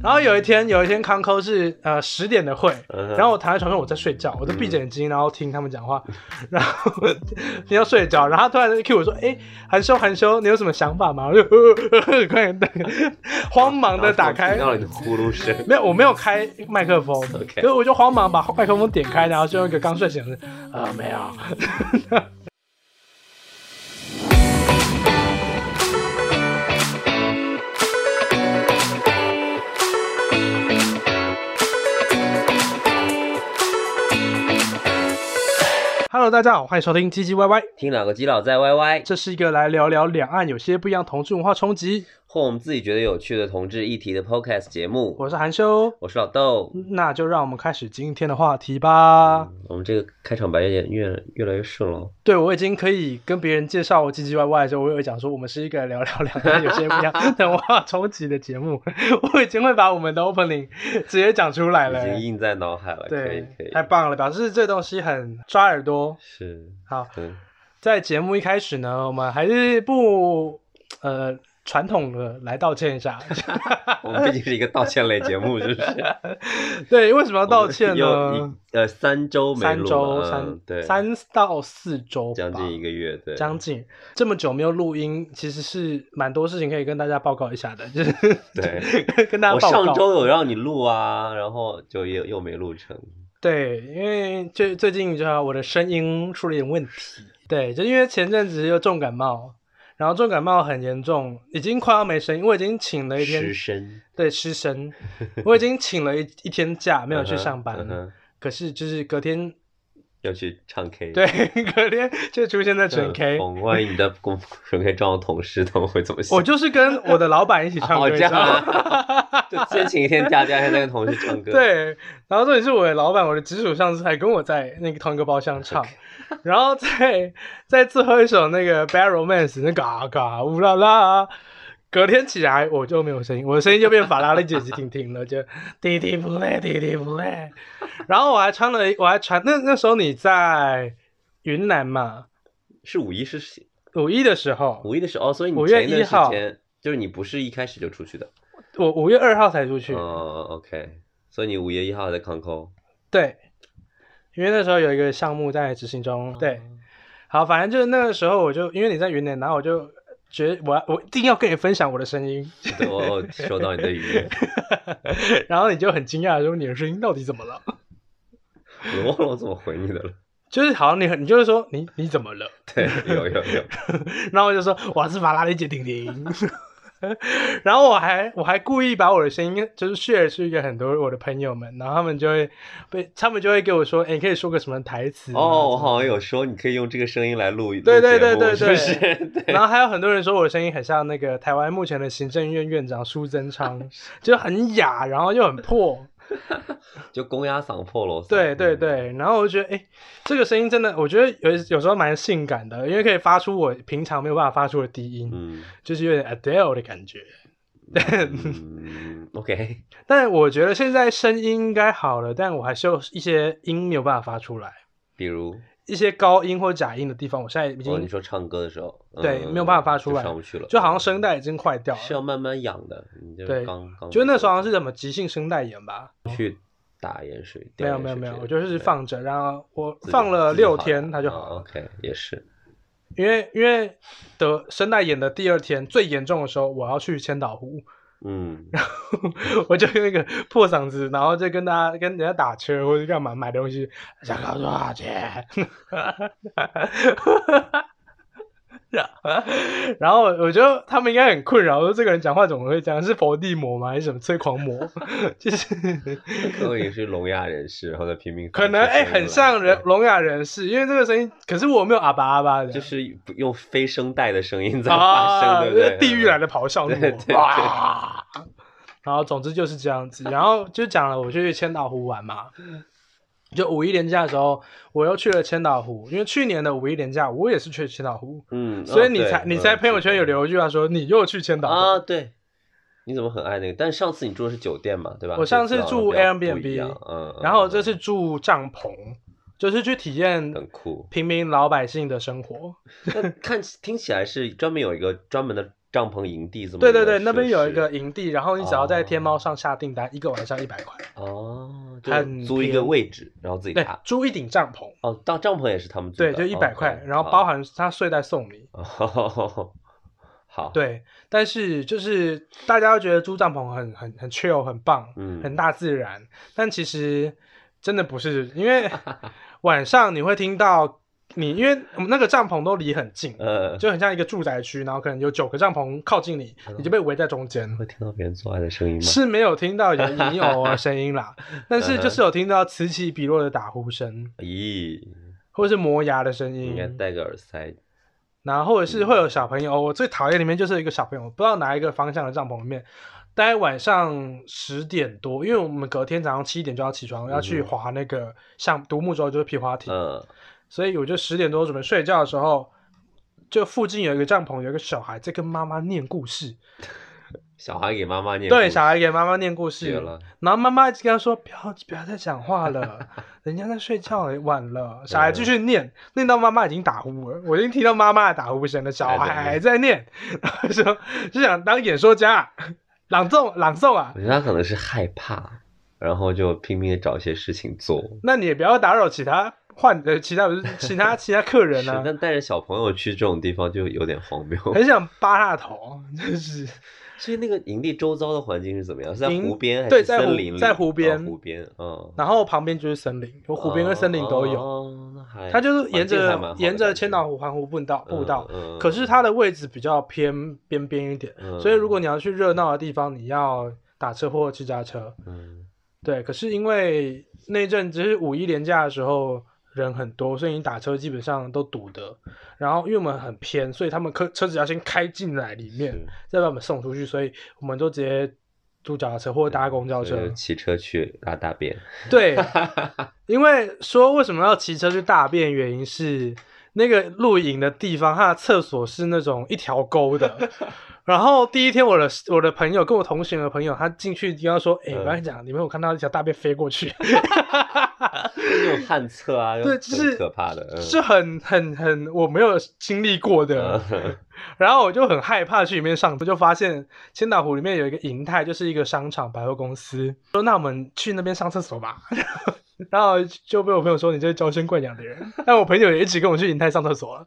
然后有一天，有一天康扣是呃十点的会，嗯哼然后我躺在床上我在睡觉，我就闭着眼睛，然后听他们讲话， 然后听到睡着，然后他突然 Q 我说：“哎，韩修，韩修，你有什么想法吗？”我就呃快点慌忙的打开然，后我听到你的呼噜声，没有，我没有开麦克风 OK 所以我就慌忙把 麦克风点开，然后就用一个刚睡醒的啊、呃没有。Hello，大家好，欢迎收听唧唧歪歪， 听两个基佬在 YY，这是一个来聊聊两岸有些不一样同志文化冲击。或我们自己觉得有趣的同志议题的 Podcast 节目。我是韩修，我是老豆。那就让我们开始今天的话题吧。我们这个开场白有点越越来越顺了。对，我已经可以跟别人介绍我唧唧歪歪的时候，我有讲说我们是一个聊聊两个有些不一 样等我冲击的节目，我已经会把我们的 opening 直接讲出来已了。经印在脑海了，可以对可，以，太棒了，表示这东西很抓耳朵。是，好，嗯，在节目一开始呢，我们还是不呃传统的来道歉一 下。我们毕竟是一个道歉类节目，是不是？对，为什么要 道 歉我们呢有？一呃，三周没三录周了三嗯对，三到四周吧，将近一个月，对，将近这么久没有录音，其实是蛮多事情可以跟大家报告一下的，就是 对跟大我家报告。上周有让你录啊，然后就又又没录成，对，因为最最近就我的声音出了一点问题，对，就因为前阵子又重感冒，然后重感冒很严重，已经快要没声音，我已经请了一天失声，对失声，我已经请了一一天假没有去嗯哼上班，嗯哼可是就是隔天要去唱 K，对 隔天就出现在这很全 K，嗯疯，万一你的 公纯 K 撞到同事，他们会怎么想？我就是跟我的老板 一起唱哦歌，这你知样道吗啊， 就先请一天假，第二天再跟同事唱歌，，对，然后这里是我的老板，我的直属上司还跟我在那个同一个包厢唱然后在在最后一首那个 Barrel Mans 那嘎嘎乌啦啦，隔天起来我就没有声音，我的声音就变法拉利姐姐婷婷了，就滴滴不累，滴滴不累。然后我还穿了，我还穿那那时候你在云南嘛，是五一是五一的时候，五一的时候，哦所以你5月前一段1号时间就是你不是一开始就出去的，我五月二号才出去，哦，OK，所以你五月一号在康扣，对，因为那时候有一个项目在执行中，对。好，反正就是那个时候，我就因为你在云南，然后我就觉得我要我一定要跟你分享我的声音， 对，我我收到你的语音，然后你就很惊讶地说你的声音到底怎么了？我忘了我怎么回你的了。就是好像你很你就是说你你怎么了？对，有有有，然后我就说我是法拉利姐婷婷。 然后我还我还故意把我的声音就是 share 去给很多我的朋友们，然后他们就会被他们就会给我说，哎，你可以说个什么台词啊哦，我好像有说你可以用这个声音来录，对对录节对目对是对不是？ 对，然后还有很多人说我的声音很像那个台湾目前的行政院院长苏贞 昌，就很哑，然后又很破。就公鸭嗓破锣嗓。对对嗯，对，然后我就觉得，哎，这个声音真的，我觉得有有时候蛮性感的，因为可以发出我平常没有办法发出的低音，嗯就是有点 Adele 的感觉。嗯，OK，但我觉得现在声音应该好了，但我还是有一些音没有办法发出来，比如一些高音或假音的地方，我现在已哦，你经说唱歌的时候，对嗯没有办法发出就来上不去了，就好像声带已经坏掉是要了。慢慢养的，你就对刚刚就那时候好像是什么急性声带炎吧？打盐水，没吊有盐没有水没有，之我类的就是对放着，然后我自己放了自己六好天的它就啊好了。 OK，也是，因为因为得声带炎的第二天最严重的时候，我要去千岛湖， 嗯，我就那个破嗓子，然后就跟大家跟人家打车或者干嘛买东西，想告多少钱？ 然后我觉得他们应该很困扰，说这个人讲话怎么会这样？是伏地魔吗？还是什么催狂魔？ 就是可能也是聋哑人士，然后再拼命发可能出声哎、音很来像人对聋哑人士，因为这个声音，可是我没有阿巴阿巴的，就是不用非声带的声音在发声，啊，对不对？地狱来的咆哮怒对对对哇！然后总之就是这样子，然后就讲了，我去千岛湖玩嘛。就五一连假的时候，我又去了千岛湖，因为去年的五一连假我也是去千岛湖，嗯，嗯，所以你对才、你在朋友圈有。嗯留一句话说你又去千岛湖。啊，对，你怎么很爱那个？但上次你住的是酒店嘛，对吧？我上次这好像住比较不 Airbnb，一样嗯，然后嗯这次住帐篷，就是去体验。很酷平民老百姓的生活。那看起听起来是专门有一个专门的帐篷营地这么对对个对，那边设有一施个营地，然后你只要在哦天猫上下订单，一个晚上一百块。哦，就很租一便个宜位置，然后自己对搭，。租一顶帐篷，哦，当帐篷也啊是他们租对，的，就一百块，然后包含他睡袋送你。含好，，对，但是就是大家都觉得租帐篷很很很 chill，很棒，嗯，很大自然，但其实真的不是，因 为晚上你会听到你，因为我们那个帐篷都离很近，呃，就很像一个住宅区，然后可能有九个帐篷靠近你，你就被围在中间。嗯会听到别人做爱的声音吗？嗯是没有听到有你有 的声音啦，但是就是有听到此起彼落的打呼声，咦，或者是磨牙的声音应，该戴个耳塞。然后或者是会有小朋友。哦我最讨厌里面就是有一个小朋友，我不知道哪一个方向的帐篷里面，大概晚上十点多，因为我们隔天早上七点就要起床，要去嗯哼滑那个像独木舟就是皮划艇，嗯，所以我就十点多准备睡觉的时候，就附近有一个帐篷，有一个小孩在跟妈妈念故事，小孩给妈妈念故事，对，小孩给妈妈念故事，绝了，然后妈妈一直跟他说：“不要不要再讲话 了，人家在睡觉了，晚了。”小孩继续念，念到妈妈已经打呼了，我已经听到妈妈的打呼声了，小孩还在念，然后说就想当演说家啊，朗诵朗诵啊我。觉得他可能是害怕，然后就拼命的找一些事情做。那你也不要打扰其他患呃其他不是其 他其他客人是啊，但带着小朋友去这种地方就有点 荒谬。很想扒他的头，就是所以那个营地周遭的环境是怎么样？是在营湖边还对是在湖森林里？在湖哦边湖边，嗯，然后旁边就是森林，有湖边跟森林都有，哦，那还它就是沿环境还蛮好着的沿感着觉千岛湖环湖步道步道，嗯嗯可是它的位置比较偏边边一点，嗯所以如果你要去热闹的地方，你要打车或骑脚踏车。嗯对，可是因为那阵只是五一连假的时候人很多，所以你打车基本上都堵的。然后因为我们很偏，所以他们车车子要先开进来里面，是再把我们送出去，所以我们都直接租脚踏车或者搭公交车。所以就骑车去拉大 便，对，因为说为什么要骑车去大便，原因是那个露营的地方，它的厕所是那种一条沟的。然后第一天，我的我的朋友跟我同行的朋友，他进去跟他说：“哎、嗯我跟你讲，你们有看到一条大便飞过去，那种旱厕啊，对就很是可怕的，嗯是很很很我没有经历过的。嗯 然后我就很害怕去里面上，就发现千岛湖里面有一个银泰，就是一个商场百货公司。说那我们去那边上厕所吧。 然后就被我朋友说你这是娇生惯养的人。但我朋友也一起跟我去银泰上厕所了。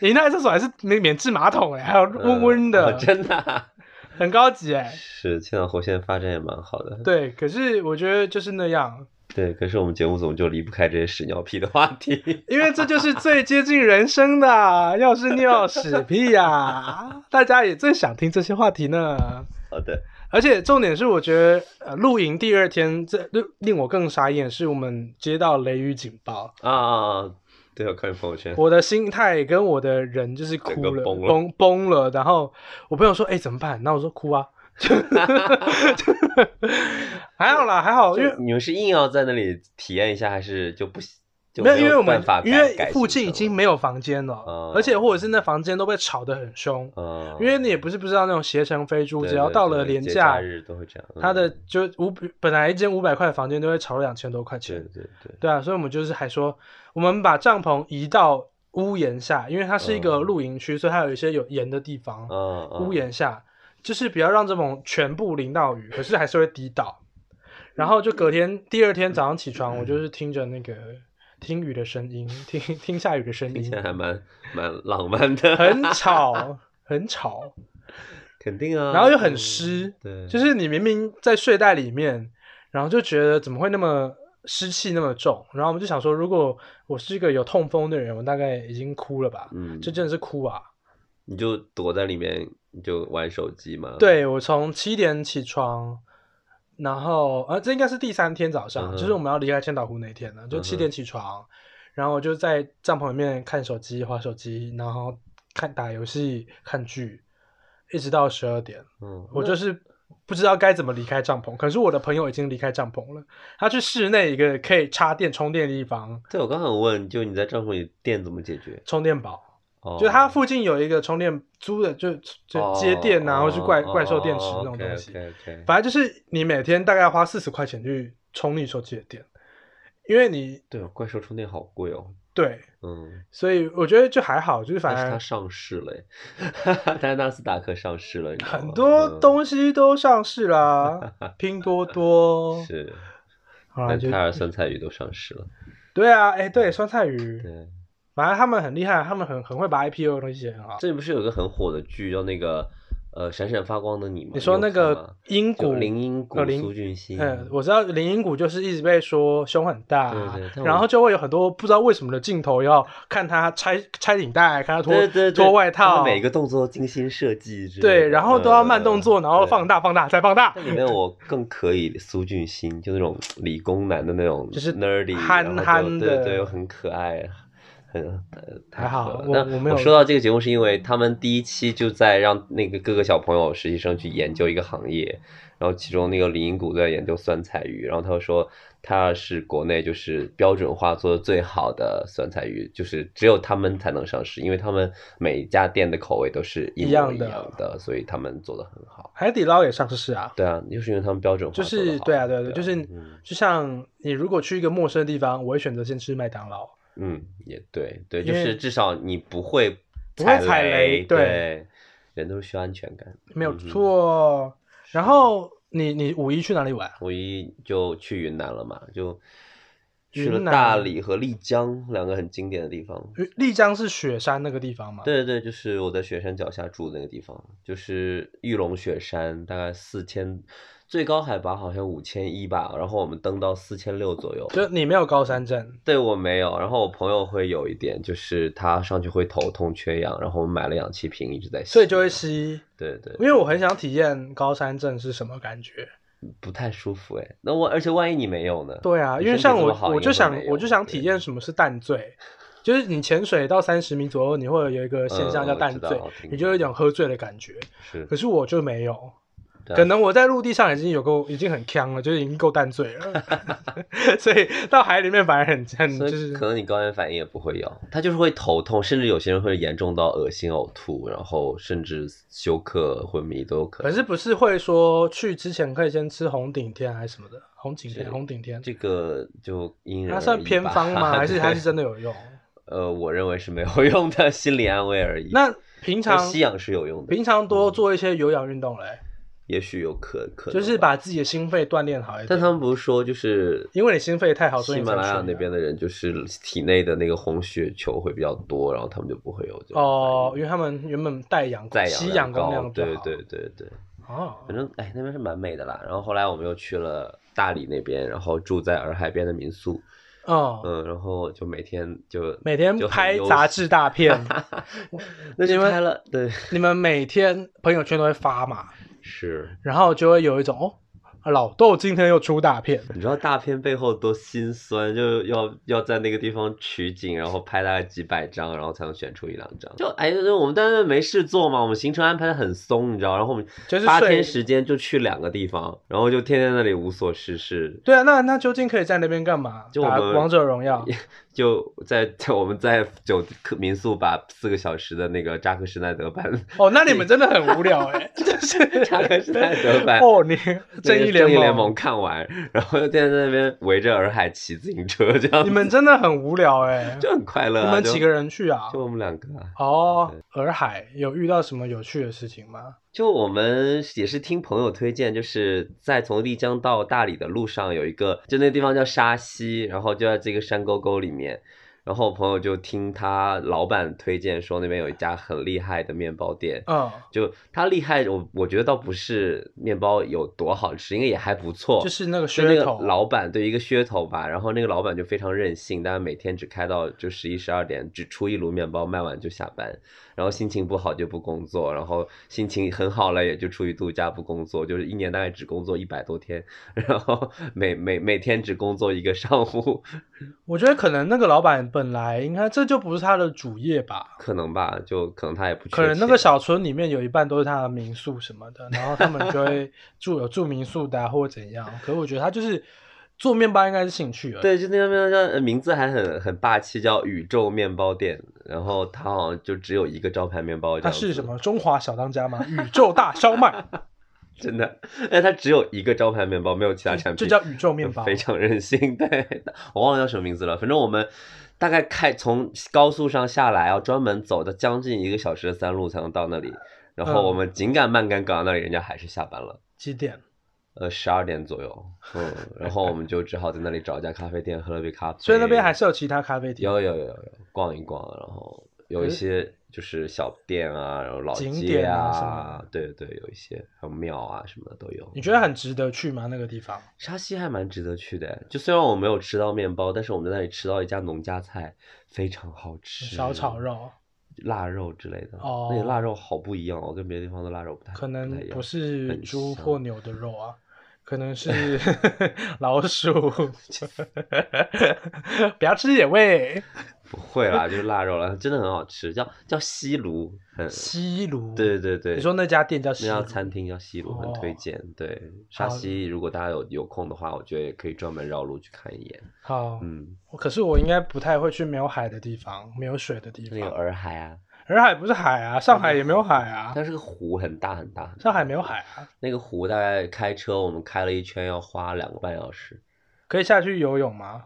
银泰厕所还是免免治马桶哎、还有温温的，哦真的啊 很高级哎、是千岛湖现在发展也蛮好的，对，可是我觉得就是那样，对，可是我们节目组就离不开这些屎尿屁的话题， 因为这就是最接近人生的啊，要是尿屎屁呀、大家也最想听这些话题呢。好的，而且重点是，我觉得呃，露营第二天，这令令我更傻眼，是我们接到雷雨警报，啊啊，啊对，我看你朋友圈，我的心态跟我的人就是哭整个了，崩了崩崩了。然后我朋友说：“哎、怎么办？”那我说：“哭 啊。”还好啦，还好，哦因为就你们是硬要在那里体验一下，还是就不就没有，因为有我们办法因改为附近已经，没有房间了，哦而且或者是那房间都被吵得很凶，改行程了嗯，因为你也不是不知道那种携程飞猪，对只要到了对对年节假，日都会这样，嗯它的就五本来一间五百块的房间都会炒两千多块对钱，对对，对啊，所以我们就是还说，我们把帐篷移到屋檐下，因为它是一个嗯露营区，所以它有一些有檐的地方，嗯，嗯屋檐下就是不要让这种全部淋到 雨，可是还是会滴到。嗯然后就隔天第二天早上起床，我就是听着那个听雨的声音，听听下雨的声听音起，来还蛮蛮浪漫的，很吵很吵， 肯定啊，然后又很嗯湿，对，就是你明明在睡袋里面，然后就觉得怎么会那么湿气那么重？然后我们就想说，如果我是一个有痛风的人，我大概已经哭了吧？嗯，这真的是哭啊！你就躲在里面，你就玩手机嘛，，对我从七点起床，然后呃，这应该是第三天早上，嗯哼就是我们要离开千岛湖那一天了，就嗯哼七点起床，然后我就在帐篷里面看手机、划手机，然后看打游戏、看剧，一直到十二点。嗯，我那就是不知道该怎么离开帐篷。可是我的朋友已经离开帐篷了，他去室内一个可以插电充电的地方对我刚想问，就你在帐篷里电怎么解决？充电宝，哦，哦就它附近有一个充电租的，就就接电啊，或是怪怪兽电池那种东西。 OK OK，反正就是你每天大概要花四十块钱去充你手机的电，因为你对，怪兽充电好贵哦，对，嗯，所以我觉得就还好，就是反但是它正上市了诶，但是纳斯达克上市了，你知道很吗多嗯东西都上市 啦，拼多多，是，好啦连啊就泰尔酸菜鱼都上市了，对啊，哎，对，酸菜鱼，嗯对。反正他们很厉害，他们很很会把 IPO 的东西写很好。最近不是有个很火的剧叫那个呃《闪闪发光的你》吗？你说有那看吗个英就股，林荫谷呃林苏俊熙，嗯，我知道林荫谷就是一直被说胸很大，对对但我然后就会有很多不知道为什么的镜头要看他拆拆领带，看他脱对对对脱外他们套，每个动作都精心设计之类的，对，然后都要慢动作，嗯然后放。大放大再放大那，里面我更可以苏俊欣，就那种理工男的那种，就是 nerdy，憨然后就憨的对对，又很可爱，很呃太还好可爱了我但我我没有说到这个节目，是因为他们第一期就在让那个各个小朋友实习生去研究一个行业，然后其中那个林荫谷在研究酸菜鱼，然后他就说他是国内就是标准化做的最好的酸菜鱼，就是只有他们才能上市，因为他们每一家店的口味都是一模一样一的样的，所以他们做的很好。海底捞也上市啊，对啊，就是因为他们标准化就做得是好对啊对啊对对啊，就是嗯就像你如果去一个陌生的地方，我会选择先吃麦当劳，嗯也对对，因就为是至少你不会不会踩雷雷，对人都是需要安全感。没有嗯哼错。然后你你五一去哪里玩？五一就去云南了嘛，就去云了大南理和丽江两个很经典的地方。丽江是雪山那个地方吗？对对，就是我在雪山脚下住的那个地方，就是玉龙雪山，大概四千，最高海拔好像五千一吧，然后我们登到四千六左右，就你没有高山症，对我没有，然后我朋友会有一点，就是他上去会头痛、缺氧，然后我们买了氧气瓶一直在吸，所以就会吸。对啊对，因为我很想体验高山症是什么感觉。不太舒服哎。那我而且万一你没有呢？对啊，你因为身像体这么我好，我应就该想没有我就想体验什么是淡醉，就是你潜水到三十米左右，你会有一个现象嗯叫我知淡道醉我，听你就有一种喝醉的感觉。是可是我就没有，对啊可能我在陆地上已经有够，已经很呛了，就是已经够淡醉 了，所以到海里面反而很很所就以是可能你高原反应也不会有，他就是会头痛，甚至有些人会严重到恶心、呕吐，然后甚至休克、昏迷都有可可能。是不是会说去之前可以先吃红顶天还是什么的？红顶天，是红顶天，这个就因人它而算异偏吧方 吗？还是对还是真的有用？呃，我认为是没有用的心理安慰而已。那平但常吸氧是有用的，平常多做一些有氧运动嘞，也许有可可就能是吧把自己的心肺锻炼好一点。嗯但他们不是说就是因为你心肺太好，所以喜你马才拉雅去那边的人就是体内的那个红血球会比较多，然后他们就不会有这种哦，因为他们原本带氧在光，吸氧氧光量比较对好对对对，哦，反正哎那边是蛮美的啦。然后后来我们又去了大理那边，然后住在洱海边的民宿，哦，嗯，然后就每天就每天就很拍悠杂闲，志大 片，那你就们拍了，对，你们每天朋友圈都会发嘛，是。然后就会有一种哦，老豆今天又出大片， 你知道大片背后多心酸，就要要在那个地方取景，然后拍大概几百张，然后才能选出一两张。就哎，就是我们当时没事做嘛，我们行程安排的很松，你知道，然后我们就是八睡天时间就去两个地方，然后就天天在那里无所事事。对啊，那那究竟可以在那边干嘛？就我打们王者荣 耀，就在 在我们在酒客民宿把四个小时的那个扎克施耐德 版，哦，那你们真的很无聊 哎，就是扎克施耐德版哦，你正那义个联哎正义联盟盟看完，然后就天天在那边围着洱海骑自行车这 样子，你们真的很无聊哎、 就很快乐、啊。你们就几个？人去啊就？我们两个啊。哦，洱海有遇到什么有趣的事情吗？就我们也是听朋友推荐，就是在从丽江到大理的路上有一个，就那地方叫沙溪，然后就在这个山沟沟里面。然后我朋友就听他老板推荐说那边有一家很厉害的面包店，嗯，就他厉害，我我觉得倒不是面包有多好吃，应该也还不错，就是那个就那噱个头，老板对一个噱头吧，然后那个老板就非常任性，但是每天只开到就十一十二点，只出一炉面包，卖完就下班。然后心情不好就不工作，然后心情很好了也就出去度假不工作，就是一年大概只工作一百多天， 然后每每每天只工作一个上午，我觉得可能那个老板本来应该这就不是他的主业 吧，可能吧，就可能他也不缺可能那个钱小村里面有一半都是他的民宿什么的，然后他们就会住有住民宿的、啊、或者 怎样。可我觉得他就是做面包应该是兴趣而已。对，就那个面包店呃名字还很很霸气，叫宇宙面包店。然后它好像就只有一个招牌面包这他样 子。是什么中华小当家吗？宇宙大烧麦，真的。但它只有一个招牌面包，没有其他产品，就叫宇宙面包。 非常任性。对，我忘了叫什么名字了。反正我们大概开从高速上下来啊，专门走的将近一个小时的山路才能到那里。然嗯后我们紧赶慢赶赶到那里，人家还是下班了，几点？呃，十二点左右。嗯，然后我们就只好在那里找一家咖啡店喝了杯咖啡。所以那边还是有其他咖啡店。有有有有，逛一逛，然后有一些就是小店啊，然后老景街点啊什啊么，对对，有一些还有庙啊什么的都有。你觉得很值得去吗？那个地方？沙溪还蛮值得去的，就虽然我没有吃到面包，但是我们在那里吃到一家农家菜，非常好吃，小炒、肉腊肉之类的。哦那里腊肉好不一样哦，跟别的地方的腊肉不太可不太能一样不是很猪香或牛的肉啊，可能 是老鼠。不要吃野味。不会啦，就是腊肉了，真的很好吃，叫叫西炉，很西炉。对对对。你说那家店叫那西家炉？餐厅叫西炉，很推哦荐。对沙好溪，如果大家有有空的话，我觉得也可以专门绕路去看一眼。好，嗯，可是我应该不太会去没有海的地方，没有水的地那里嗯有方。洱海啊，洱海不是海啊，上海也没有海啊，但是个湖很大很大。很大上海没有海啊，那个湖大概开车我们开了一圈要花两个半小时，可以下去游泳吗？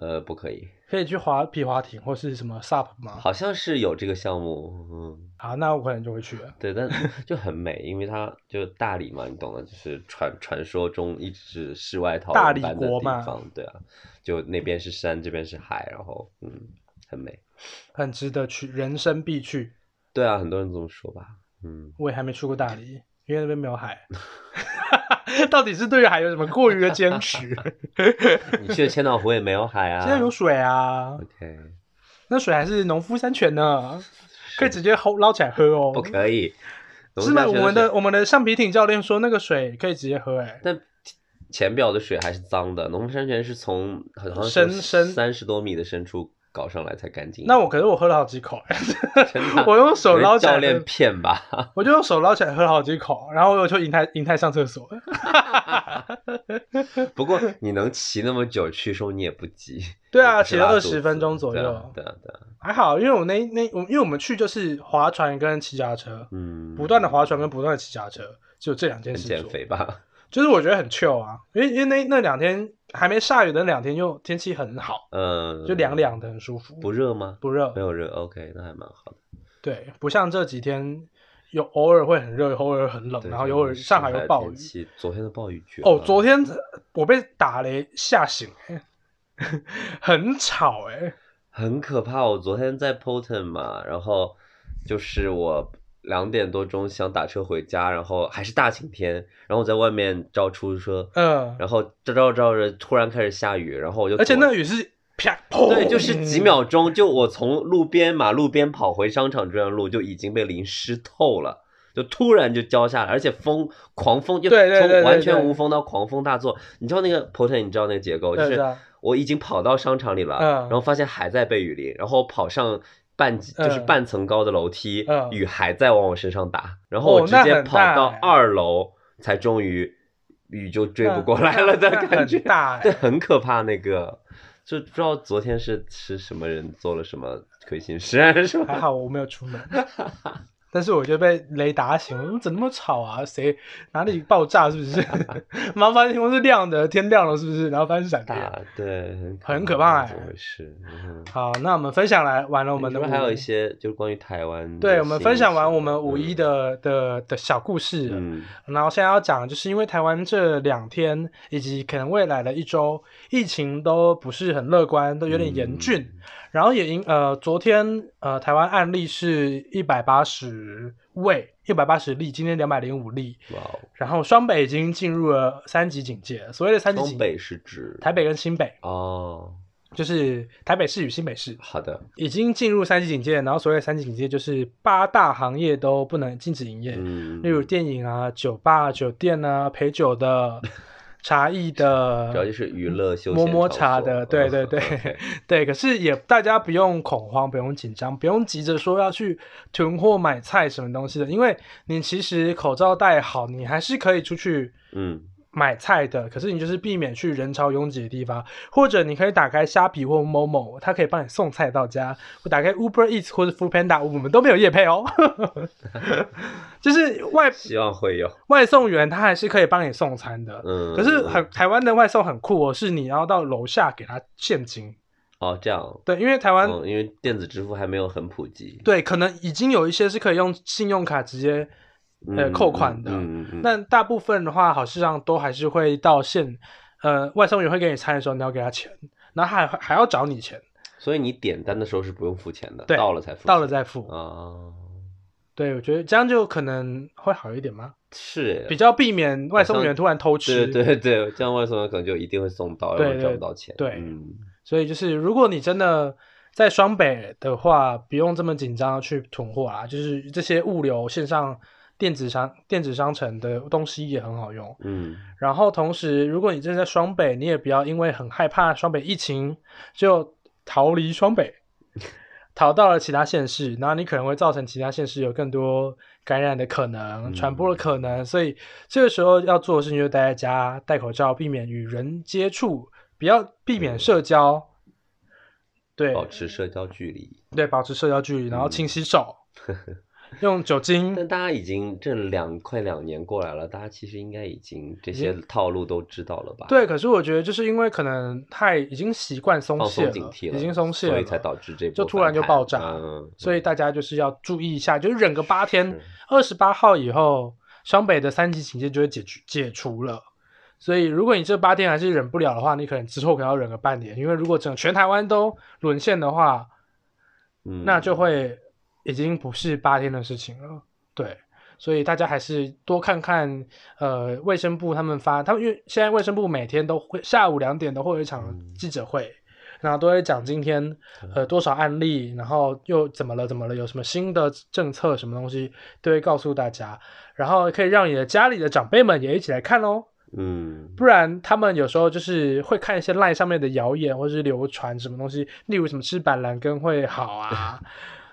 呃，不可以，可以去滑皮划艇或是什么 SUP 吗？好像是有这个项目，嗯，好，那我可能就会去了。对，但就很美，因为它就大理嘛，你懂的，就是传传说中一直是世外桃大源理般的国地嘛方，对啊，就那边是山，这边是海，然后嗯，很美，很值得去，人生必去。对啊，很多人这么说吧，嗯，我也还没去过大理，因为那边没有 海。 到底是对于海有什么过于的坚持？你去的千岛湖也没有海啊，现在有水啊， ，OK，那水还是农夫山泉呢，可以直接吼捞起来喝哦。不可以，是吗？龙虾我学们的水我们的橡皮艇教练说，那个水可以直接喝、哎，但浅表的水还是脏的，农夫山泉是从好像深深三十多米的深处搞上来才干净。那我可是我喝了好几口、哎 真的啊我用手你捞起来教喝，练骗吧？我就用手捞起来喝了好几口，然后我就迎台迎台上厕所。不过你能骑那么久去，说明你也不急。 对啊也不是骑了拉20肚子分钟左右对啊，对啊，对啊，还好，因为我那那我因为我们去就是划船跟骑脚踏车，嗯，不断的划船跟不断的骑脚踏车，只有这两件很事减做肥 吧？就是我觉得很 chill 啊，因为因为那那两天还没下雨的那两天又天气很好，嗯，就凉，凉的很舒服，不热吗？不热没，有热，OK，那还蛮好的。对，不像这几天有偶尔会很热，偶尔很冷，对然后这偶种尔上海湿又的暴天雨。气，啊昨天的暴雨绝哦了，昨天我被打雷吓醒、欸，很吵哎、很可怕。我昨天在 Poton 嘛，然后就是我两点多钟想打车回家，然后还是大晴天，然后我在外面招出租车，嗯，然后招着招着突然开始下雨，然后我就而且躲那雨是啪砰，对，就是几秒钟，就我从路边马路边跑回商场这段路就已经被淋湿透了。就突然就浇下来，而且风狂风就对对对从对完对全无风到狂风大作。你知道那个 Poton，你知道那个结构，就对是对啊我已经跑到商场里了，嗯然后发现还在被雨淋，然后跑上半级就是嗯半层高的楼梯，嗯雨还在往我身上打，然后我哦直那接很跑大到哎二楼才终于雨就追不过来了的嗯那感觉很，大、对，欸，很可怕那个。就不知道昨天是是什么人做了什么亏心事，是还吧？好我没有出门， 但是我就被雷打醒了，我说怎么那么吵啊？谁哪里爆炸是不是？ 然后发现天空是亮的，天亮了是不是？然后发现是闪电。大对，哎很可可怕哎怎么回事？嗯好，那我们分享来完了我们你的是五不是还有一些就是关于台湾的对，我们新分享完闻我们五一，的、的的小故事，嗯然后现在要讲，的就是因为台湾这两天以及可能未来的一周，疫情都不是很乐观，都有点严峻。嗯然后也因呃，昨天呃，台湾案例是一百八十位，一百八十例，今天两百零五例。嗯，哇哦，然后双北已经进入了三级警戒，所谓的三级东警戒，北是指台北跟新北，哦，就是台北市与新北市好的，已经进入三级警戒。然后所谓的三级警戒，就是八大行业都不能禁止营业，嗯，例如电影啊、酒吧、酒店啊、陪酒 的、茶艺的，主要就是娱乐休闲摸摸场茶所哦的，对 对对 OK 对。可是也大家不用恐慌，不用紧张，不用急着说要去囤货买菜什么东西的，因为你其实口罩戴好，你还是可以出去嗯，买菜的，可是你就是避免去人潮拥挤的地方，或者你可以打开虾皮或某某，它可以帮你送菜到家。我打开 Uber Eats 或者 Food Panda，我们都没有业配哦， 就是外希望会有，外送员他还是可以帮你送餐的。嗯，可是很台湾的外送很酷哦，是你要到楼下给他现金。哦这样，对，因为台湾、嗯，因为电子支付还没有很普及，对可能已经有一些是可以用信用卡直接呃嗯扣款的嗯嗯嗯但大部分的话，好事上都还是会到现，呃，外送员会给你餐的时候，你要给他钱，然后还还要找你钱，所以你点单的时候是不用付钱的，对到了才付钱，到了再付。啊，对，我觉得这样就可能会好一点吗？是比较避免外送好员像突然偷对吃。对对，这样外送员可能就一定会送到，然对后对赚不到钱，对嗯，所以就是，如果你真的在双北的话，不用这么紧张去囤货啦，就是这些物流线上电子商电子商城的东西也很好用。嗯，然后同时，如果你真的在双北，你也不要因为很害怕双北疫情就逃离双 北，逃到了其他县市，然后你可能会造成其他县市有更多感染的可能、嗯传播的可能。所以这个时候要做的事情就是待在家，戴口罩，避免与人接触，不要避免社交。对嗯保持社交距离。对，保持社交距离，然后嗯勤洗 手，用酒精。但大家已经这两快两年过来了，大家其实应该已经这些经套路都知道了吧？，对，可是我觉得就是因为可能太已经习惯松放懈松警了，惕了，已经松懈了，所以才导致这波就突然就反弹爆炸嗯，所以大家就是要注意一下，就是忍个八天是，二十八号以后，双北的三级警戒就会解除解除了。所以，如果你这八天还是忍不了的话，你可能之后可能要忍个半年，因为如果整全台湾都沦陷的话，嗯那就会已经不是八天的事情了。对，所以大家还是多看看呃卫生部他们发，他们因为现在卫生部每天都会下午两点都会有一场嗯记者会，然后都会讲今天呃多少案例，然后又怎么了怎么了，有什么新的政策什么东西都会告诉大家，然后可以让你的家里的长辈们也一起来看哦。嗯不然他们有时候就是会看一些 line 上面的谣言或是流传什么东西，例如什么吃板蓝根会好 啊，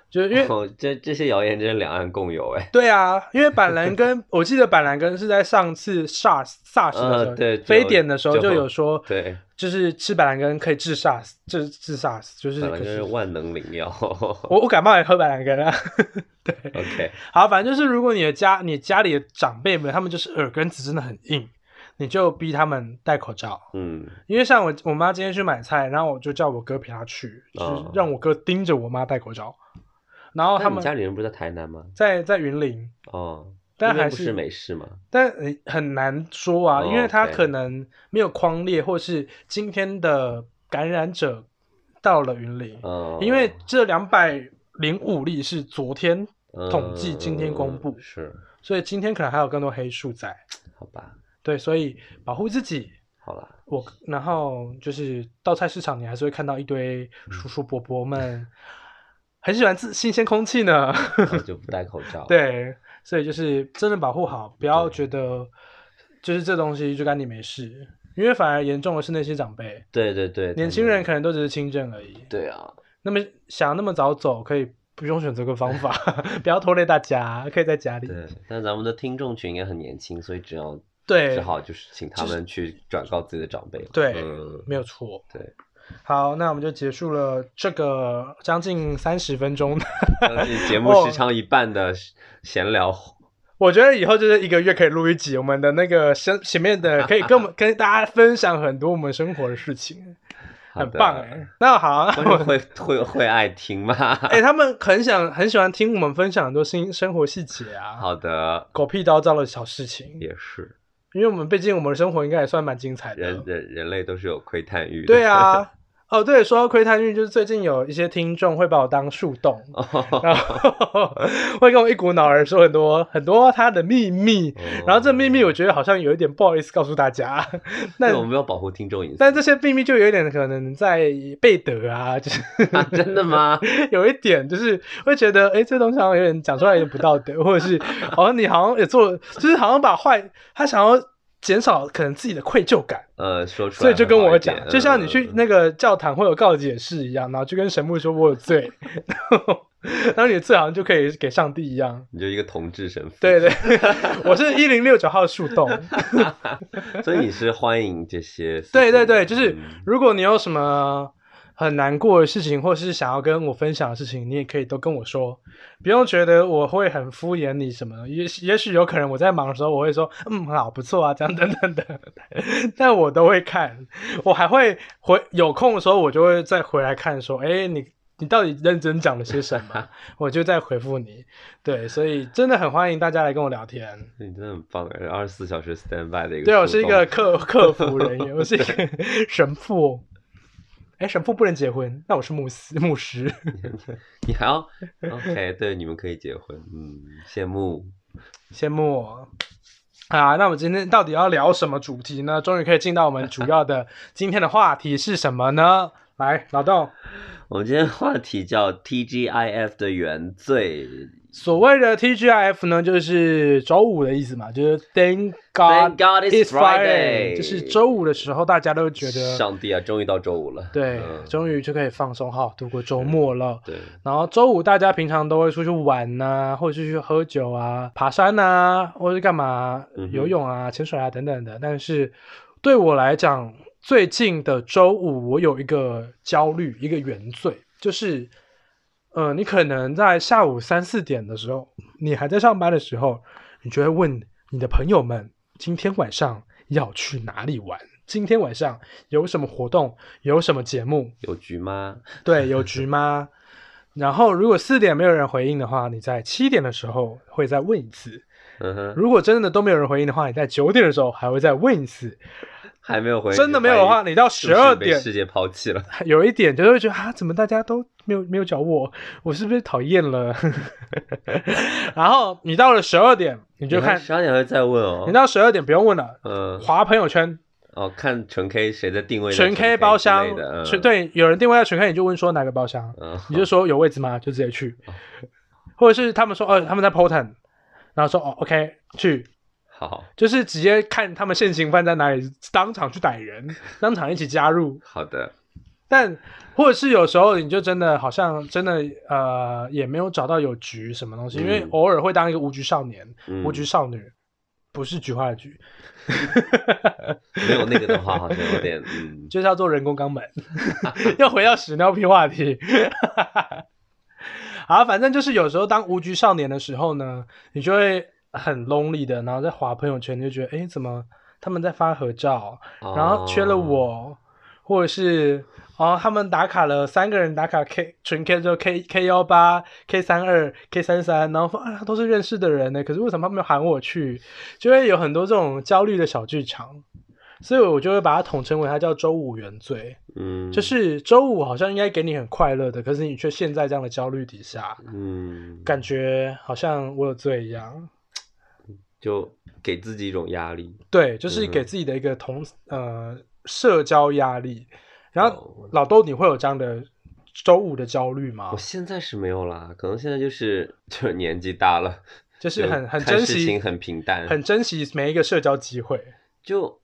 就是因为哦这这些谣言真是两岸共有哎，对啊，因为板蓝根，我记得板蓝根是在上次 SARS SARS 的时候，呃对就非典的时候就有说，对，就是吃板蓝根可以治 SARS，治治 SARS，就是本来可就是是万能灵药。我我感冒也喝板蓝根啊， 对， OK，好，反正就是如果你的家你家里的长辈们他们就是耳根子真的很硬，你就逼他们戴口罩。嗯，因为像我我妈今天去买菜，然后我就叫我哥陪她去，就是哦让我哥盯着我妈戴口罩。然后那他你们家里人不是在台南吗？在在云林，哦，但那边还不是是没事吗？但呃很难说啊，哦因为他 OK 可能没有框列，或是今天的感染者到了云林，哦，因为这两百零五例是昨天，统计嗯今天公布嗯是，所以今天可能还有更多黑数在。好吧，对，所以保护自己，好啦， 我然后就是到菜市场，你还是会看到一堆嗯叔叔伯伯们，很喜欢自新鲜空气呢。 然后就不戴口罩。，对，所以就是真的保护好，不要对觉得就是这东西就干你没事，因为反而严重的是那些长辈，对对对，年他轻人们可能都只是轻症而已。对啊，那么想那么早走，可以不用选择个方法， 不要拖累大家，可以在家里。对，但咱们的听众群也很年轻，所以只要对只，好就是请他们去转告自己的长辈了。对嗯， 没有错。对，好，那我们就结束了这个将近三十分钟的。将近节目时长一半的闲聊，我觉得以后就是一个月可以录一集，我们的那个生前面的可以跟我们跟大家分享很多我们生活的事情，好很的棒哎、那 好，那观我众会会会爱听吗？ 哎、他们很想很喜欢听我们分享很多新生活细节啊，好的，狗屁叨叨的小事情，也是，因为我们毕竟我们的生活应该也算蛮精彩人的。人人类都是有窥探欲的。对，啊， 哦对，说到窥探欲，就是最近有一些听众会把我当树洞，哦 然后 会跟我一股脑儿说很多很多他的秘密，哦然后这秘密我觉得好像有一点不好意思告诉大家，对， 但我们要保护听众隐私。但这些秘密就有点可能在贝德啊，就是 啊真的吗？有一点就是会觉得，哎，这东西好像有点讲出来有点不道德，或 者是好像你好像也做了，就是好像把坏，他想要减少可能自己的愧疚感，呃，说出所来以就会跟好我一点讲，就像你去嗯那个教堂会有告解室一样，然后就跟神父说我有罪，然后当你最好就可以给上帝一样。你就一个同志神父。对对， 我是一零六九号树洞。所以你是欢迎这些私信的。 对对对，就是嗯如果你有什么很难过的事情，或是想要跟我分享的事情，你也可以都跟我说，不用觉得我会很敷衍你什么。也许也许有可能我在忙的时候，我会说嗯好不错啊，这样等等 的，但我都会看，我还会回有空的时候，我就会再回来看说，哎你。你到底认真讲了些什么？我就再回复你。对，所以真的很欢迎大家来跟我聊天。你真的很棒，二十四小时 stand by 的一个树洞。对，我是一个客客服人员，我是一个神父。 哎，神父不能结婚，那我是牧师。牧师， 你还要 OK？对，你们可以结婚，嗯，羡慕。羡慕我。啊，那我们今天到底要聊什么主题呢？终于可以进到我们主要的今天的话题是什么呢？来，老豆，我们今天话题叫 TGIF 的原罪所谓的 TGIF 呢，就是周五的意思嘛，就是 Thank ，Thank God God 啊 it's it's Friday， Friday，就是周五的时候，大家都觉得上帝啊，终于到周五了。对，嗯终于就可以放松好度过周末了。对，然后周五大家平常都会出去玩呐、或者是去喝酒啊、爬山呐、或者是干嘛、嗯哼游泳啊、潜水啊等等的。但是对我来讲，最近的周五我有一个焦虑，一个原罪，就是，呃，你可能在下午三四点的时候，你还在上班的时候，你就会问你的朋友们，今天晚上要去哪里玩？今天晚上有什么活动？有什么节目？有局吗？对，有局 吗？然后如果四点没有人回应的话，你在七点的时候会再问一次；嗯哼，如果真的都没有人回应的话，你在九点的时候还会再问一次。还没有回，真的没有的话，你到是不十是二被点，世界抛弃了。有一点就会觉得啊，怎么大家都没有没有找我，我是不是讨厌了？ 然后你到了十二点，你就看，十二点还会再问哦你。到十二点不用问了，嗯，划朋友圈，哦，看纯 K 谁在定位在全 K 之包类厢的，，全嗯，对，有人定位在全 K，你就问说哪个包厢，嗯，你就说有位置吗？就直接去，哦或者是他们说哦他们在 Poten，然后说哦 OK 去，好就是直接看他们现行犯在哪里，当场去逮 人，当场一起加入。好的，但或者是有时候你就真的好像真的呃也没有找到有局什么东西，因为嗯偶尔会当一个无局少年、嗯无局少女，不是菊花的菊，没有那个的话，好像有点，嗯，就是要做人工肛门，又回到屎尿屁话题。 好，反正就是有时候当无局少年的时候呢，你就会很 lonely 的，然后在滑朋友圈，你就觉得，哎，怎么他们在发合照， 啊然后缺了哦，我，或者是哦，他们打卡了三个人打卡 K 纯 K 就 K K 幺八 K 三二 K 三三，然后说啊都是认识的人呢，可是为什么他们没有喊我去？就会有很多这种焦虑的小剧场，所以我就会把它统称为它叫周五原罪，嗯，就是周五好像应该给你很快乐的，可是你却陷在这样的焦虑底下，嗯，感觉好像我有罪一样。就给自己一种压力。对，就是嗯哼给自己的一个同、呃社交压力。然后哦老豆，你会有这样的周五的焦虑吗我？现在是没有啦，可能现在就是就是年纪大了，就是很很就看珍事惜情，很平淡，很珍惜每一个社交机会。就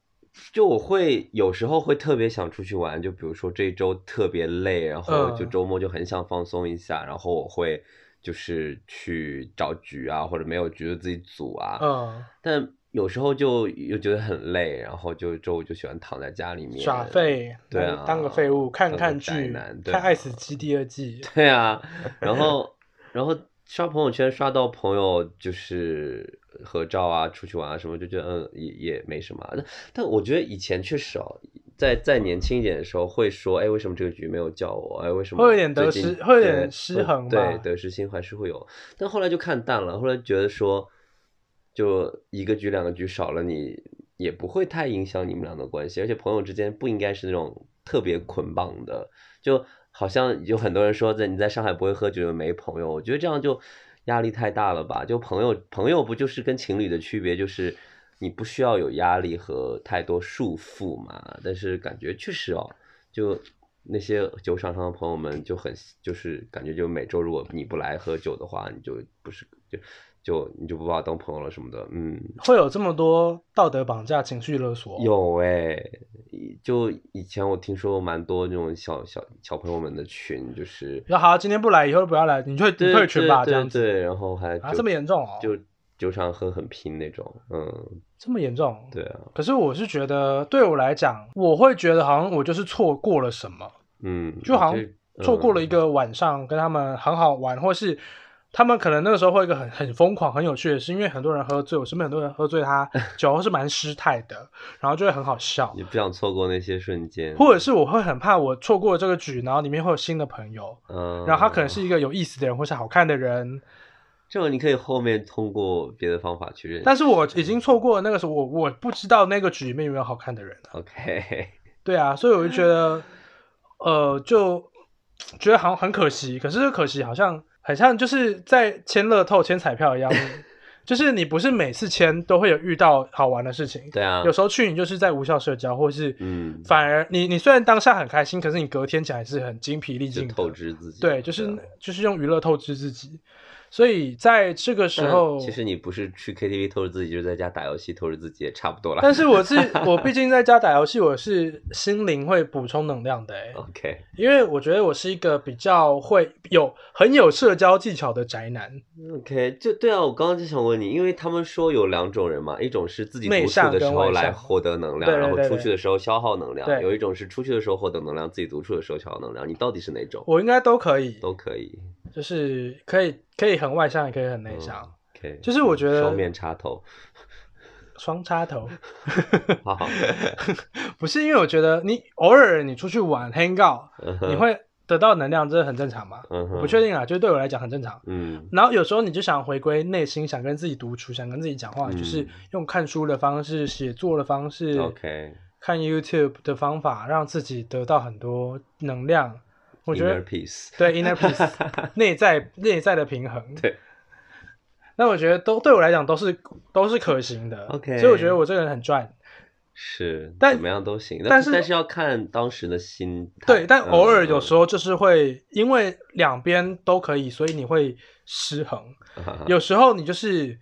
就我会有时候会特别想出去玩，就比如说这一周特别累，然后嗯就周末就很想放松一下，然后我会就是去找局啊，或者没有局就自己组啊，嗯，但有时候就又觉得很累，然后就周五就喜欢躺在家里面耍。废，对当啊当个废物，看当个看宅剧，男对看《啊爱死机》第二季。对啊，然后然后刷朋友圈刷到朋友就是合照啊、出去玩啊什么，就觉得嗯也也没什么啊。但但我觉得以前确实哦，在再年轻一点的时候会说，哎，为什么这个局没有叫我？哎，为什么会有点最得近失会有对点失会衡吧对，得失心还是会有。但后来就看淡了，后来觉得说，就一个局两个局少了你。也不会太影响你们俩的关系，而且朋友之间不应该是那种特别捆绑的，就好像有很多人说在你在上海不会喝酒没朋友，我觉得这样就压力太大了吧？就朋友朋友不就是跟情侣的区别就是你不需要有压力和太多束缚嘛？但是感觉确实哦，就那些酒场上的朋友们就很就是感觉就每周如果你不来喝酒的话，你就不是就就你就不把我当朋友了什么的，嗯。会有这么多道德绑架、情绪勒索，有哎、就以前我听说过蛮多那种小小小朋友们的群，就是说好，今天不来，以后都不要来，你退你对退群吧，这对对样子。对，然后还啊就这么严重哦就酒场喝很拼那种，嗯，这么严重？对啊，可是我是觉得，对我来讲，我会觉得好像我就是错过了什么，嗯，就好像错过了一个，个晚上跟他们很好玩，或是他们可能那个时候会有一个很很疯狂、很有趣的事，因为很多人喝醉，我身边很多人喝醉 他，酒是蛮失态的，然后就会很好笑嗯。也不想错过那些瞬间，或者是我会很怕我错过了这个局，然后里面会有新的朋友，嗯，然后他可能是一个有意思的人或是好看的人，这种，你可以后面通过别的方法去认识，但是我已经错过了那个时候，我我不知道那个局里面有没有好看的人啊 OK， 对啊，所以我就嗯觉得，呃，就觉得好像很可惜。可是这个可惜好像很像就是在签乐透、签彩票一样，就是你不是每次签都会有遇到好玩的事情。对啊，有时候去你就是在无效社交，或是嗯反而你你虽然当下很开心，可是你隔天起来是很精疲力就尽的。透支自己，对，就是啊就是用娱乐透支自己。所以在这个时但候，嗯其实你不是去 KTV 透支自己，就是在家打游戏透支自己也差不多了。但是 我是我毕竟在家打游戏，我是心灵会补充能量的、欸， OK，因为我觉得我是一个比较会有很有社交技巧的宅男， OK，就对啊，我刚刚就想问你，因为他们说有两种人嘛，一种是自己内独处向的时跟候外来向获得能量，对对然后对出对去的时候消耗能量；对有一种是出去的时候获得能量，自己独处的时候消耗能量。你到底是哪种？我应该都可以，都可以。就是可以可以很外向，也可以很内向， OK，就是我觉得双面插 头，嗯双插头。 好好，不是因为我觉得你偶尔你出去玩 hang out，嗯你哼会得到能量，这很正常嘛。嗯哼，我不确定啊，就是对我来讲很正常。嗯，然后有时候你就想回归内心，想跟自己独处，想跟自己讲话，嗯就是用看书的方式、写作的方式、 OK，看 YouTube 的方法，让自己得到很多能量。我觉 Inner 得 peace，对 inner peace 内在内在的平衡。对。那我觉得都对我来讲都是都是可行的。 OK 所以我觉得我这个人很赚，是，但怎么样都行，但是是但是要看当时的心态。嗯对，但偶尔有时候候就是嗯会因为两边都可以，所以你会失衡。嗯有时候你就是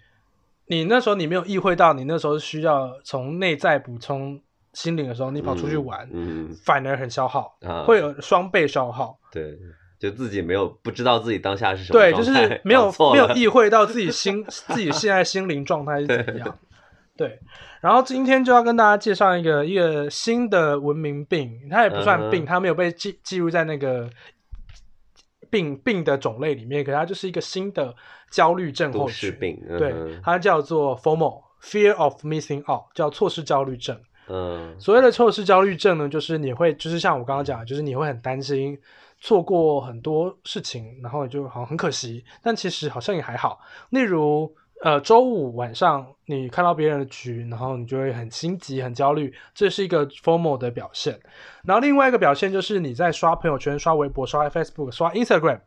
你那时候你没有意会到，你那时候需要从内在补充心灵的时候，你跑出去玩，嗯，反而很消耗，嗯啊，会有双倍消耗。对，就自己没有不知道自己当下是什么对，就状态是没有搞错没有了意会到自己心自己现在心灵状态是怎么样。 对，然后今天就要跟大家介绍一个一个新的文明病，它也不算嗯病，哼它没有被记记录在那个病病的种类里面，可它就是一个新的焦虑症都候市群。病，对嗯，它叫做 FOMO。Fear of missing out 叫错失焦虑症。哼所谓的错失焦虑症呢，就是你会，就是像我刚刚讲的，就是你会很担心错过很多事情，然后就好像很可惜，但其实好像也还好。例如，呃，周五晚上你看到别人的局，然后你就会很心急、很焦虑，这是一个 formal 的表现。然后另外一个表现就是你在刷朋友圈、刷微博、刷 Facebook、刷 Instagram，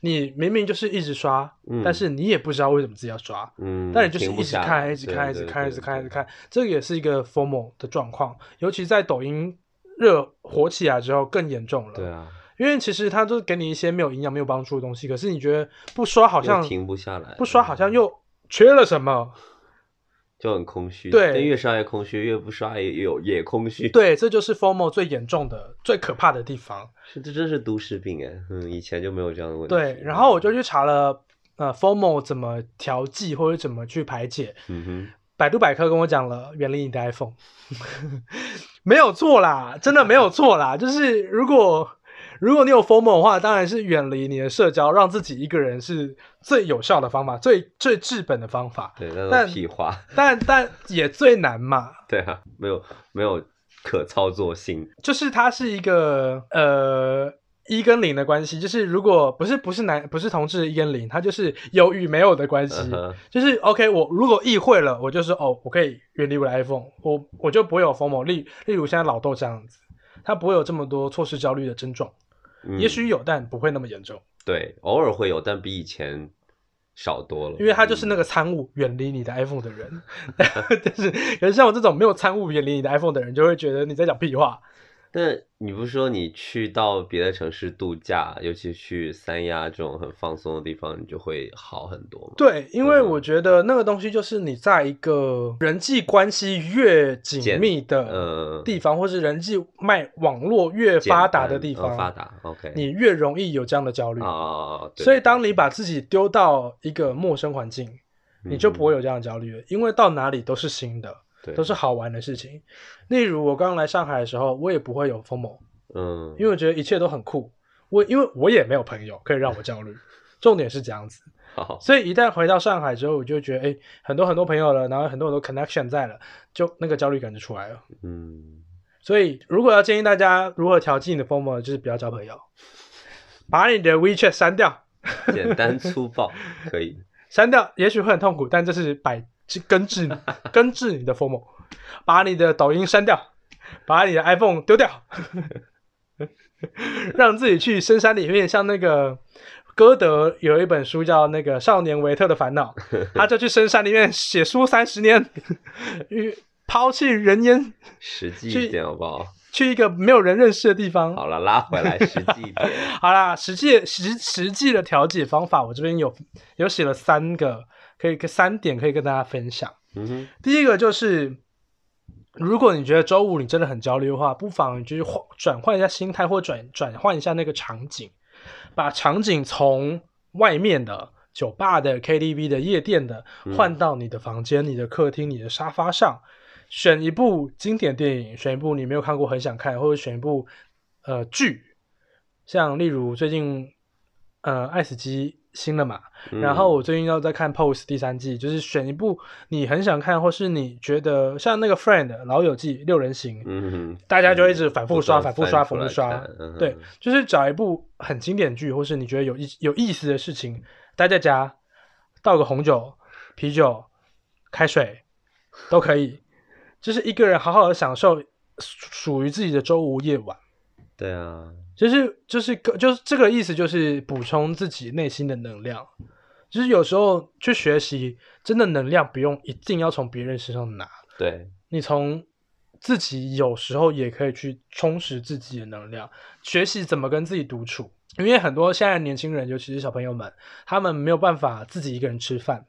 你明明就是一直刷，嗯，但是你也不知道为什么自己要刷，嗯，但你就是停不一直下看，来一直对看，一对直看，对一直看，一直对看，这个也是一个 formal 的状况，尤其在抖音热火起来之后更严重了。对，啊，因为其实它都给你一些没有营养、没有帮助的东西，可是你觉得不刷好又像停不下来，不刷好像嗯又缺了什么，就很空虚，对但越刷越空虚，越不刷也有也空虚，，对，这就是 formal 最严重的、最可怕的地方。是这真是都市病哎，嗯，以前就没有这样的问题，对，然后我就去查了，呃，formal 怎么调剂或者怎么去排解，嗯哼，百度百科跟我讲了，远离你的 iPhone，没有错啦，真的没有错啦。 就是如果如果你有 FOMO 的话，当然是远离你的社交，让自己一个人是最有效的方法，最最治本的方法，对，那但种屁话，但但也最难嘛。对啊，没有没有可操作性，就是它是一个呃一跟零的关系，就是如果不是不是男不是同志的一跟零，它就是有与没有的关系。嗯哼，就是 OK，我如果意会了，我就是哦，我可以远离我的 iPhone，我我就不会有 FOMO。例例如现在老豆这样子，他不会有这么多错失焦虑的症状，嗯也许有，但不会那么严重，对，偶尔会有，但比以前少多了，因为他就是嗯那个参悟远离你的 iPhone 的 人。但是，可是像我这种没有参悟远离你的 iPhone 的人，就会觉得你在讲屁话。但你不是说你去到别的城市度假，尤其去三亚这种很放松的地方，你就会好很多吗？对，因为嗯我觉得那个东西就是你在一个人际关系越紧简密的嗯，地方，或是人际脉网络越简发达单的地嗯方，发达，OK，你越容易有这样的焦虑。啊，对所以，对当你把自己丢到一个陌生环境，嗯你就不会有这样的焦虑了，因为到哪里都是新的，对都是好玩的事情。例如，我刚来上海的时候，我也不会有 FOMO，嗯，因为我觉得一切都很酷。我因为我也没有朋友可以让我焦 虑，重点是这样子。好，所以一旦回到上海之后，我就觉得哎，很多很多朋友了，然后很多很多 connection 在了，就那个焦虑感就出来了。嗯，所以如果要建议大家如何调剂你的 FOMO，就是不要交朋友，把你的 WeChat 删掉，简单粗暴，可以，删掉也许会很痛苦，但这是百是根治你根治你的 FOMO，把你的抖音删掉，把你的 iPhone 丢掉， 让自己去深山里面，像那个歌德有一本书叫《那个少年维特的烦恼》，他就去深山里面写书三十年，与 抛弃人烟，实际去一点好不好？去一个没有人认识的地方。好了，拉回来，实际一点，好啦，实际实实际的调解方法，我这边有有写了三个，可以跟三点可以跟大家分享。嗯哼，第一个就是，如果你觉得周五你真的很焦虑的话，不妨你就是换转换一下心态，或转转换一下那个场景，把场景从外面的酒吧的、KTV 的、夜店的嗯换到你的房间、你的客厅、你的沙发上，选一部经典电影，选一部你没有看过很想看，或者选一部呃剧，像例如最近呃《爱死机》新了嘛，嗯然后我最近要在看《Pose》第三季，就是选一部你很想看，或是你觉得像那个《Friend》《老友记》《六人行》嗯哼，大家就一直反复不刷、断反复翻刷、出反复来刷看。嗯对哼，就是找一部很经典剧，或是你觉得有意有意思的事情，待在家倒个红酒、啤酒、开水都可以，就是一个人好好的享受属属于自己的周五夜晚。对啊，就是就是个就是这个意思，就是补充自己内心的能量。就是有时候去学习，真的能量不用一定要从别人身上拿，对，你从自己有时候也可以去充实自己的能量，学习怎么跟自己独处。因为很多现在的年轻人，尤其是小朋友们，他们没有办法自己一个人吃饭，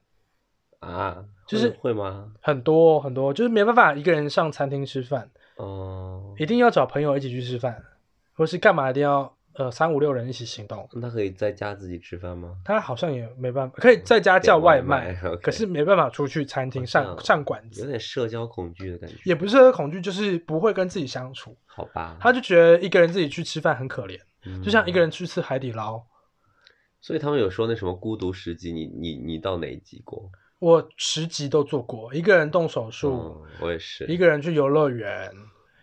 啊，就是会会吗？很多很多就是没办法一个人上餐厅吃饭，哦，一定要找朋友一起去吃饭，或是干嘛一定要呃三五六人一起行动。那他可以在家自己吃饭吗？他好像也没办法，可以在家叫外卖，点外卖，OK 可是没办法出去餐厅好上像上馆有子，点社交恐惧的感觉，也不是说恐惧，就是不会跟自己相处，好吧？他就觉得一个人自己去吃饭很可怜，就像一个人。人去吃海底捞。所以他们有说那什么孤独十级，你你你到哪一级过？我十级都做过，一个人动手术，嗯我也是一个人去游乐园，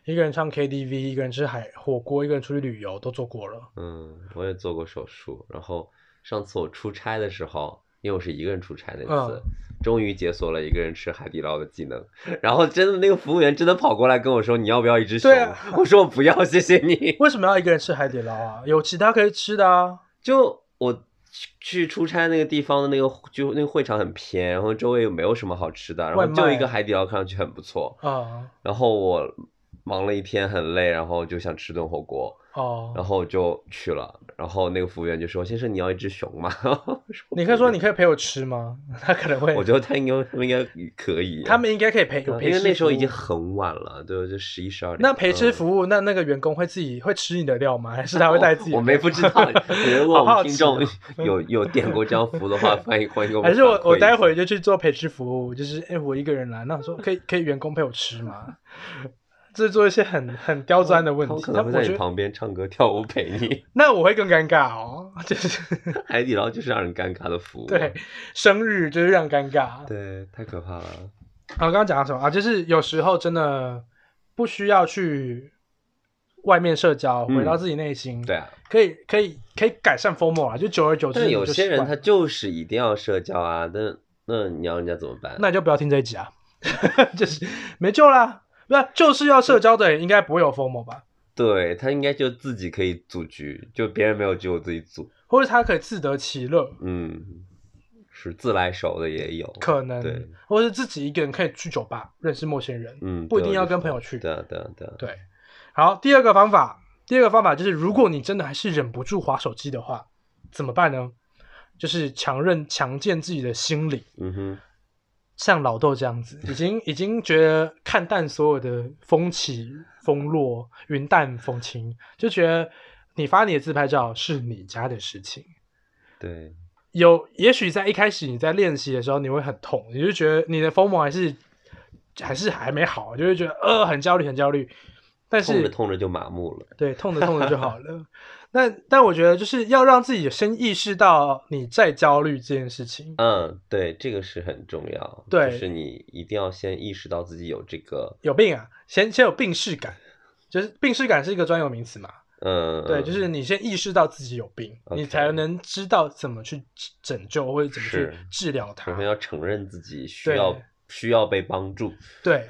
一个人唱 KTV，一个人吃海火锅，一个人出去旅游都做过了。嗯，我也做过手术。然后上次我出差的时候，因为我是一个人出差那嗯次，终于解锁了一个人吃海底捞的技能。 然后真的那个服务员真的跑过来跟我说：“你要不要一只熊对啊？” 我说：“我不要，谢谢你。为什么要一个人吃海底捞啊？有其他可以吃的啊。”就我去去出差那个地方的那个就那个会场很偏，然后周围又没有什么好吃的，然后外就一卖个海底捞看上去很不错。啊、然后我忙了一天很累，然后就想吃顿火锅。然哦，后就去了，然后那个服务员就说：“先生，你要一只熊吗？” 我你可以说不你可以陪我吃吗？ 他可能会，我觉得他应该他们应该可以，他们应该可以陪，有嗯陪因为吃那时候服已经务很晚了，对，就十一十二点。那陪吃嗯服务，那那个员工会自己会吃你的料吗？还是他会带自己的料？嗯我没不知 道，如果我好们好听奇众哦有 有点过这样服务 的话，欢迎欢迎给我们还是我反馈我一下待会就去做陪吃服务，就是哎、我一个人来，那我说可以可以员工陪我吃吗？这做一些很很刁钻的问他们题，可那能我会在觉你得旁边唱歌跳舞陪你。 那我会更尴尬哦，就是 海底捞就是让人尴尬的服务，对生日就是让尴尬。嗯对，太可怕了。啊，我刚刚讲到什么啊？就是有时候真的不需要去外面社交，嗯回到自己内心， 对啊，可以可以可以改善 FOMO 啊，就久而久之但你有就些习人惯他就是一定要社交啊，那那你要人家怎么办？那你就不要听这一集啊， 就是没救啦。不是，就是要社交的人应该不会有 FOMO 吧？对他应该就自己可以组局，就别人没有局，我自己组。或者他可以自得其乐，嗯，是自来熟的也有。可能对，或者是自己一个人可以去酒吧认识陌生人，嗯，不一定对我要就跟说朋友去对啊，对啊，对啊。对。好，第二个方法，第二个方法就是，如果你真的还是忍不住划手机的话，怎么办呢？就是强韧、强健自己的心理，嗯哼，像老豆这样子，已经已经觉得看淡所有的风起风落、云淡风轻，就觉得你发你的自拍照是你家的事情。对，有，也许在一开始你在练习的时候，你会很痛，你就觉得你的疯魔还是还是还没好，就会觉得呃很焦虑，很焦虑。但痛着是痛着就麻木了。对痛着痛着就好了。 那但我觉得就是要让自己先意识到你在焦虑这件事情。嗯，对，这个是很重要。对就是你一定要先意识到自己有这个，有病啊，先先有病视感，就是病视感是一个专有名词嘛。嗯，对，就是你先意识到自己有病， OK 你才能知道怎么去拯救或者怎么去是治疗它首。先要承认自己需对要需要被帮助。对，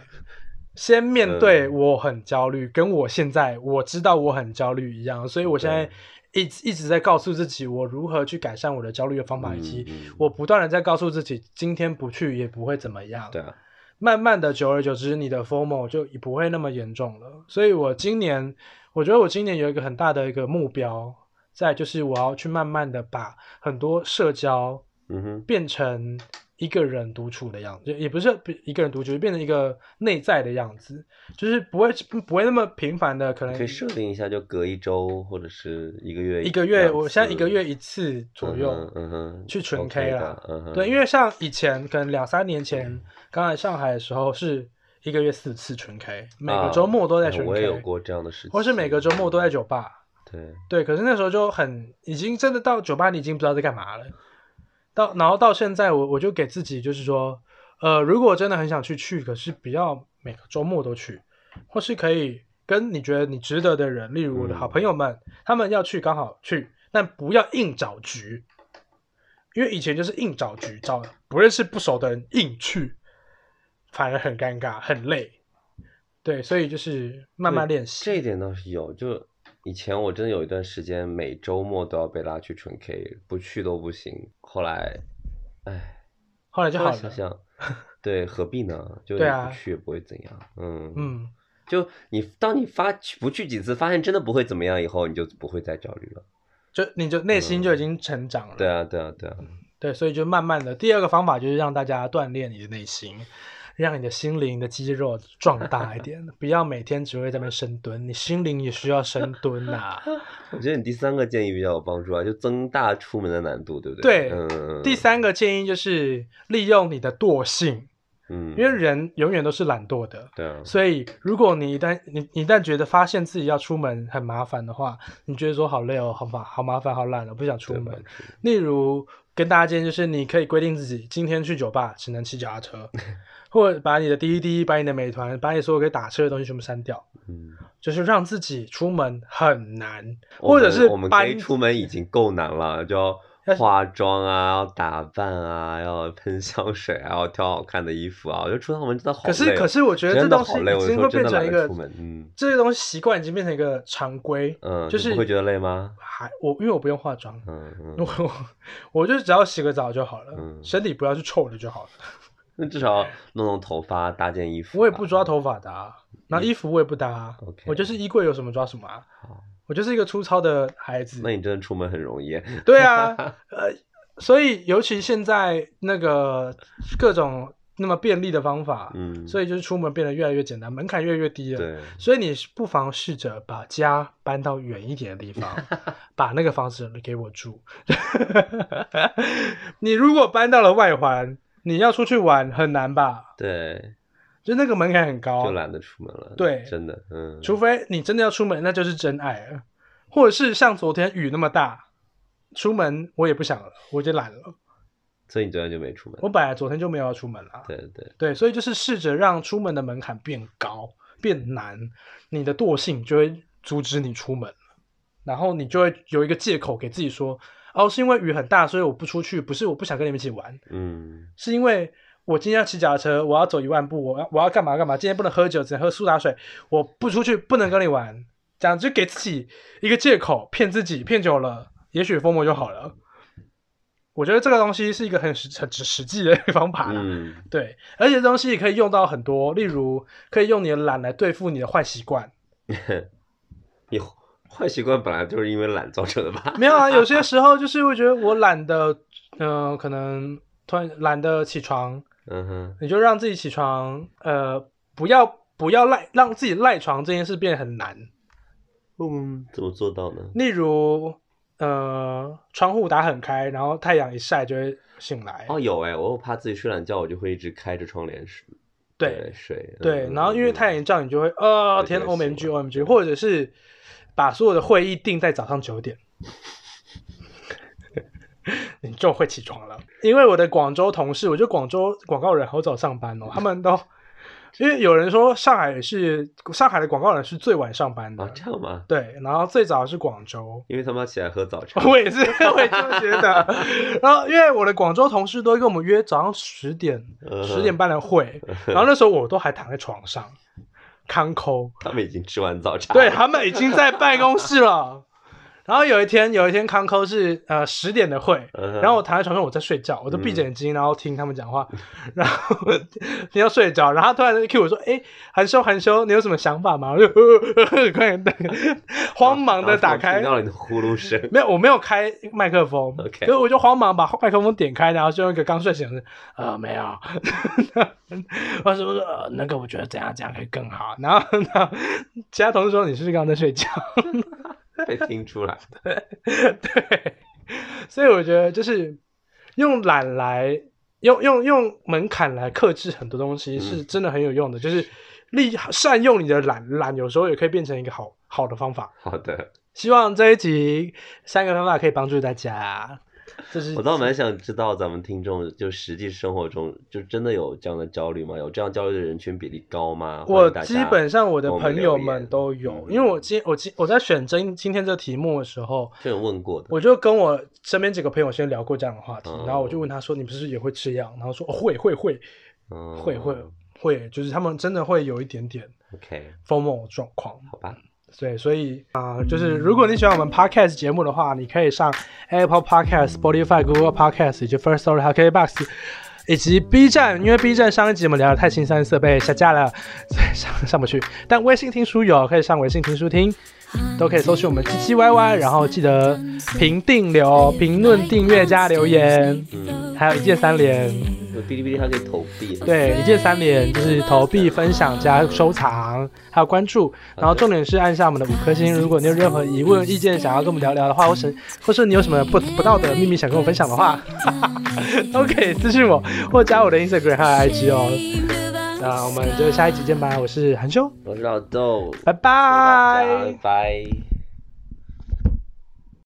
先面对嗯我很焦虑，跟我现在我知道我很焦虑一样，所以我现在一直一直在告诉自己我如何去改善我的焦虑的方法，以及嗯嗯我不断的在告诉自己今天不去也不会怎么样。对啊，慢慢的，久而久之，你的 formal 就不会那么严重了。所以我今年，我觉得我今年有一个很大的一个目标，在就是我要去慢慢的把很多社交嗯哼，变成一个人独处的样子，就也不是不一个人独处，就变成一个内在的样子，就是不会不会那么频繁的，可能可以设定一下，就隔一周或者是一个月一个月，两我现在一个次月一次左右。嗯哼嗯哼，去纯 OK K 的啦嗯哼，嗯对，因为像以前可能两三年前刚来上海的时候，是一个月四次纯 K，每个啊周末都在哎纯 K，、我也有过这样的事情，或是每个周末都在酒吧。对，对，可是那时候就很已经真的到酒吧，你已经不知道在干嘛了。到然后到现在我，我就给自己就是说，呃，如果真的很想去去，可是不要每个周末都去，或是可以跟你觉得你值得的人，例如我的好朋友们，他们要去刚好去，但不要硬找局，因为以前就是硬找局，找不认识不熟的人硬去，反而很尴尬，很累。对，所以就是慢慢练习。这一点倒是有，就以前我真的有一段时间每周末都要被拉去纯 K，不去都不行。后来，哎，后来就后好来了。想想，对，何必呢？就你对啊不去也不会怎样，嗯嗯。就你当你发去不去几次，发现真的不会怎么样以后，你就不会再焦虑了。就你就内心就已经成长了，对啊，对啊，对啊，对所以就慢慢的，第二个方法就是让大家锻炼你的内心，让你的心灵的肌肉壮大一点， 不要每天只会在那边深蹲，你心灵也需要深蹲呐、我觉得你第三个建议比较有帮助啊，就增大出门的难度，对不对对？嗯，第，三个建议就是利用你的惰性，嗯，因为人永远都是懒惰的。对啊，所以，如果你一旦你你一旦觉得发现自己要出门很麻烦的话，你觉得说好累哦，好麻好麻烦，好懒哦，不想出对吧门，例如跟大家建议就是，你可以规定自己今天去酒吧只能骑脚踏 车，或者把你的滴滴、把你的美团、把你所有可以打车的东西全部删掉，嗯，就是让自己出门很难，我或者们是我们可搬以出门已经够难了，就要要是化妆啊，要打扮啊，要喷香水啊，要挑好看的衣服啊，我觉得出趟门真的好可累哦。是可是我觉得这真的东西好累，我已有经时会候真变的成懒一得个出门，嗯这些东西习惯已经变成一个常规，嗯，就你是不会觉得累吗？还我因为我不用化妆，嗯 我嗯，我我就只要洗个澡就好了，嗯身体不要是臭的就好了。那至少弄弄头发，搭件衣服吧。我也不抓头发的、啊，嗯然后衣服我也不搭、啊 OK 我就是衣柜有什么抓什么啊好。我就是一个粗糙的孩子。那你真的出门很容易。对 啊，呃，所以尤其现在那个各种那么便利的方法，嗯，所以以就是出门变得越来越简单，门槛越来越低了。对，所以你不妨试着把家搬到远一点的地 方，把那个房子给我住。 你如果搬到了外环，你要出去玩很难吧？对，就那个门槛很高，啊就懒得出门了。对真的，嗯，除非你真的要出门，那就是真爱了，或者是像昨天雨那么大，出门我也不想了，我就懒了。所以你昨天就没出门。我本来昨天就没有要出门啦，对对，对，所以就是试着让出门的门槛变高、变难，你的惰性就会阻止你出门，然后你就会有一个借口给自己说，哦，是因为雨很大，所以我不出去，不是我不想跟你们一起玩，嗯，是因为我今天要骑脚踏车，我要走一万步，我要我要干嘛干嘛，今天不能喝酒，只能喝苏打水，我不出去，不能跟你玩，这样就给自己一个借口，骗自己，骗久了，也许疯魔就好了。我觉得这个东西是一个很实很实际的一个方法啦，嗯，对，而且这东西也可以用到很多，例如可以用你的懒来对付你的坏习惯，你坏习惯本来就是因为懒造成的吧？ 没有啊，有些时候就是会觉得我懒得，嗯、可能突然懒得起床，嗯哼，你就让自己起床，呃，不要不要赖，让自己赖床这件事变得很难。嗯，怎么做到呢？例如，呃，窗户打很开，然后太阳一晒就会醒来。哦，有哎，我怕自己睡懒觉，我就会一直开着窗帘睡。对睡。对，嗯然后因为嗯太阳一照，你就会，呃，我天觉得，O M G 醒 O 了 M G，或者是把所有的会议定在早上九点， 你就会起床了。因为我的广州同事，我觉得广州广告人好早上班哦，他们都。因为有人说上海是上海的广告人是最晚上班的，啊，这样吗？对，然后最早是广州，。因为他妈起来喝早茶 我也是，我也这么觉 得。然后因为我的广州同事都会跟我们约早上十点、嗯十点半的会，然后那时候我都还躺在床上，康抠，他们已经吃完早茶。对，他们已经在办公室了。 然后有一天，有一天康抠是呃十点的会，嗯哼然后我躺在床上我在睡觉，我就闭着眼睛，然后听他们讲嗯话，然后听到睡着，然后他突然 Q 我说：“哎，韩修，韩修，你有什么想法吗？”我就呃快点打开，慌忙的打啊然后开，听到了你的呼噜声。 没有，我没有开麦克风 OK 所以我就慌忙把 麦克风点开，然后就用一个刚睡醒的，呃，没有， 我说说、呃、那个我觉得怎样怎样可以更好，然后 然后其他同事说你是不是刚刚在睡觉？ 被听出来的。对，所以我觉得就是用懒来用用用门槛来克制很多东西嗯是真的很有用的，就是利善用你的懒，懒有时候也可以变成一个好好的方法。好的，希望这一集三个方法可以帮助大家。这是我倒蛮想知道咱们听众就实际生活中就真的有这样的焦虑吗？有这样焦虑的人群比例高吗？欢我迎大家基本上我的跟我们朋友留言们都有，嗯因为我今我今我在选今今天这个题目的时候，是有问过的。我就跟我身边几个朋友先聊过这样的话题，哦然后我就问他说：“你不是也会这样？”然后说：“哦，会会会嗯，会会会，就是他们真的会有一点点 OK， FOMO 状况。”好吧，对，所以啊、就是如果你喜欢我们 podcast 节目的话，你可以上 Apple Podcast、Spotify、Google Podcast 以及 First Story 还有 KBox。以及 B 站，因为 B 站上一集我们聊的太新三色被下架了，所以上上不去。但微信听书有，可以上微信听书听，都可以搜寻我们七七 YY，然后记得评定留、评论、订阅加留言，嗯，还有一键三连。有哔哩哔哩还可以投币。对，一键三连就是投币、分享、加收藏，还有关注。然后重点是按下我们的五颗星。如果你有任何疑问、意见想要跟我们聊聊的话，或是或是你有什么不不道德的秘密想跟我分享的话， 都可以私信我，或加我的 Instagram 还有 IG 哦。那我们就下一集见吧，我是韩修，我是老豆，拜大家拜拜。拜。